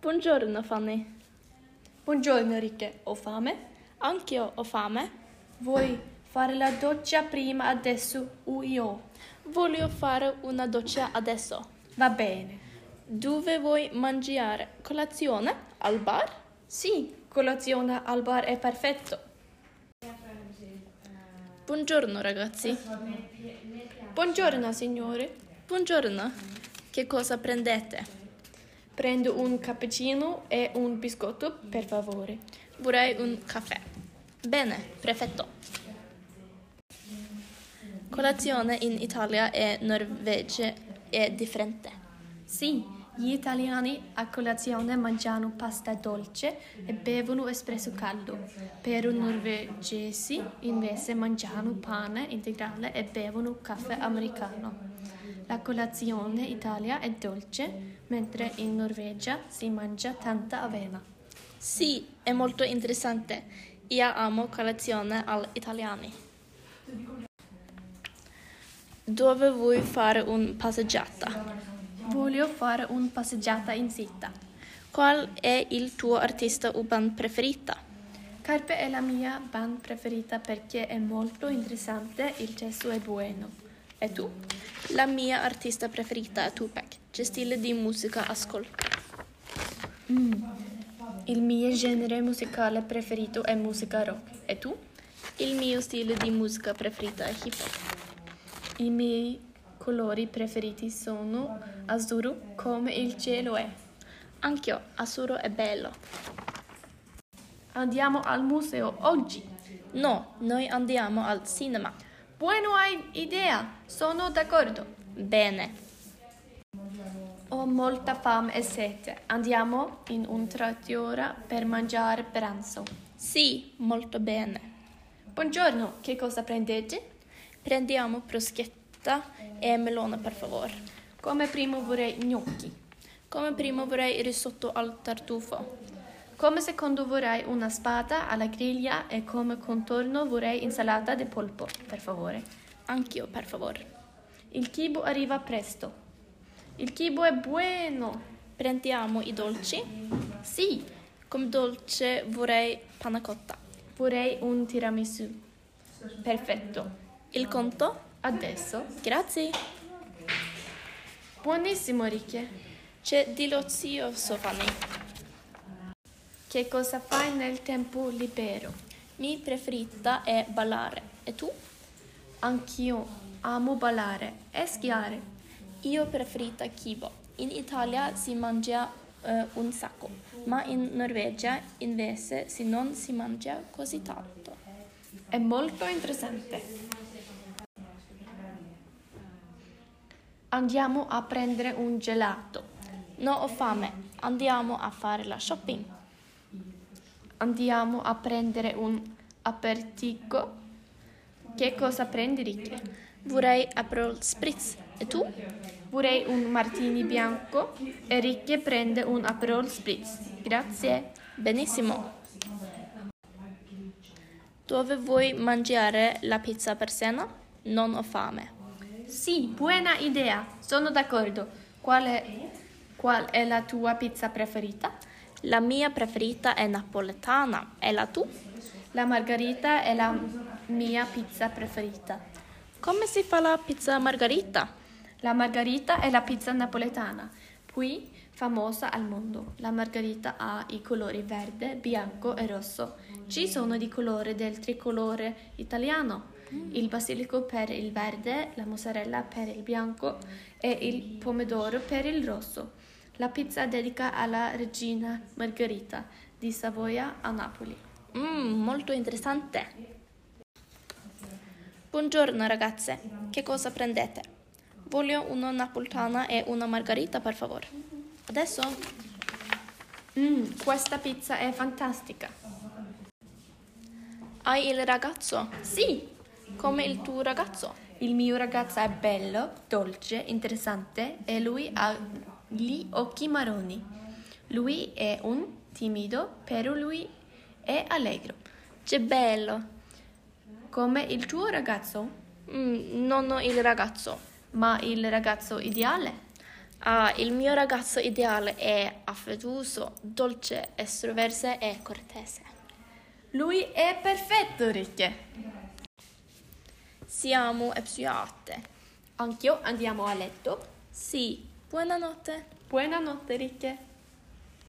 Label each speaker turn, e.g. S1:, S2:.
S1: Buongiorno Fanny,
S2: Buongiorno Ricche, ho fame?
S1: anch'io ho fame.
S2: Vuoi fare la doccia prima adesso o io?
S1: Voglio fare una doccia adesso.
S2: Va bene.
S1: Dove vuoi mangiare? Colazione? Al bar?
S2: Sì, colazione al bar è perfetto.
S1: Buongiorno ragazzi.
S2: Buongiorno signore.
S1: Buongiorno. Che cosa prendete?
S2: Prendo un cappuccino e un biscotto, per favore.
S1: Vorrei un caffè. Bene, prefetto. Colazione in Italia e Norvegia è differente.
S2: Sì, gli italiani a colazione mangiano pasta dolce e bevono espresso caldo. Per i norvegesi invece mangiano pane integrale e bevono caffè americano. La colazione in Italia è dolce, mentre in Norvegia si mangia tanta avena.
S1: Sì, è molto interessante. Io amo colazione all'italiani. Dove vuoi fare una passeggiata?
S2: Voglio fare una passeggiata in città.
S1: Qual è il tuo artista urban preferito?
S2: Carpe è la mia band preferita perché è molto interessante, il gesto è buono. E tu?
S1: La mia artista preferita è Tupac. Che stile di musica ascolti?
S2: Il mio genere musicale preferito è musica rock. E tu?
S1: Il mio stile di musica preferita è hip hop.
S2: I miei colori preferiti sono azzurro come il cielo è.
S1: Anch'io, azzurro è bello.
S2: Andiamo al museo oggi.
S1: No, noi andiamo al cinema.
S2: Buona idea, sono d'accordo.
S1: Bene.
S2: Ho molta fame e sete. Andiamo in un trattoria per mangiare pranzo.
S1: Sì, molto bene.
S2: Buongiorno, che cosa prendete?
S1: Prendiamo bruschetta e melone, per favore.
S2: Come primo vorrei gnocchi.
S1: Come primo vorrei il risotto al tartufo.
S2: Come secondo vorrei una spada alla griglia e come contorno vorrei insalata di polpo, per favore.
S1: Anch'io, per favore.
S2: Il cibo arriva presto. Il cibo è buono.
S1: Prendiamo i dolci.
S2: Sì,
S1: Come dolce vorrei panna cotta.
S2: vorrei un tiramisù. Perfetto.
S1: Il conto?
S2: Adesso.
S1: Grazie.
S2: Buonissimo, Ricche.
S1: C'è di lo zio Sofani.
S2: Che cosa fai nel tempo libero?
S1: Mi preferita è ballare. E tu?
S2: Anch'io amo ballare e schiare.
S1: Io preferita cibo. In Italia si mangia eh, un sacco, ma in Norvegia invece si non si mangia così tanto.
S2: È molto interessante. Andiamo a prendere un gelato.
S1: No, ho fame. Andiamo a fare la shopping.
S2: Andiamo a prendere un aperitivo. Che cosa prendi, Ricche?
S1: Vorrei Aperol Spritz. E tu?
S2: Vorrei un martini bianco e Ricche prende un Aperol Spritz. Grazie.
S1: Benissimo. Dove vuoi mangiare la pizza per cena? Non ho fame.
S2: Sì, buona idea. Sono d'accordo. Qual è, qual è la tua pizza preferita?
S1: La mia preferita è napoletana. E la tu?
S2: La margherita è la mia pizza preferita.
S1: Come si fa la pizza margherita?
S2: La margherita è la pizza napoletana, qui famosa al mondo. La margherita ha i colori verde, bianco e rosso. Ci sono di colore del tricolore italiano. Il basilico per il verde, la mozzarella per il bianco e il pomodoro per il rosso. La pizza dedica alla regina Margherita di Savoia a Napoli.
S1: Mmm, molto interessante. Buongiorno ragazze, che cosa prendete? Voglio una napoletana e una margherita, per favore. Adesso?
S2: Mmm, questa pizza è fantastica.
S1: Hai il ragazzo?
S2: Sì,
S1: Come il tuo ragazzo?
S2: Il mio ragazzo è bello, dolce, interessante e lui ha gli occhi marroni. Lui è un timido, però lui è allegro.
S1: C'è bello.
S2: Come il tuo ragazzo,
S1: Mm, non ho il ragazzo.
S2: ma il ragazzo ideale.
S1: Ah, il mio ragazzo ideale è affettuoso, dolce, estroverso e cortese.
S2: Lui è perfetto, Ricche.
S1: Siamo epiate.
S2: Anch'io andiamo a letto.
S1: Sì, buonanotte.
S2: Buonanotte, Ricche.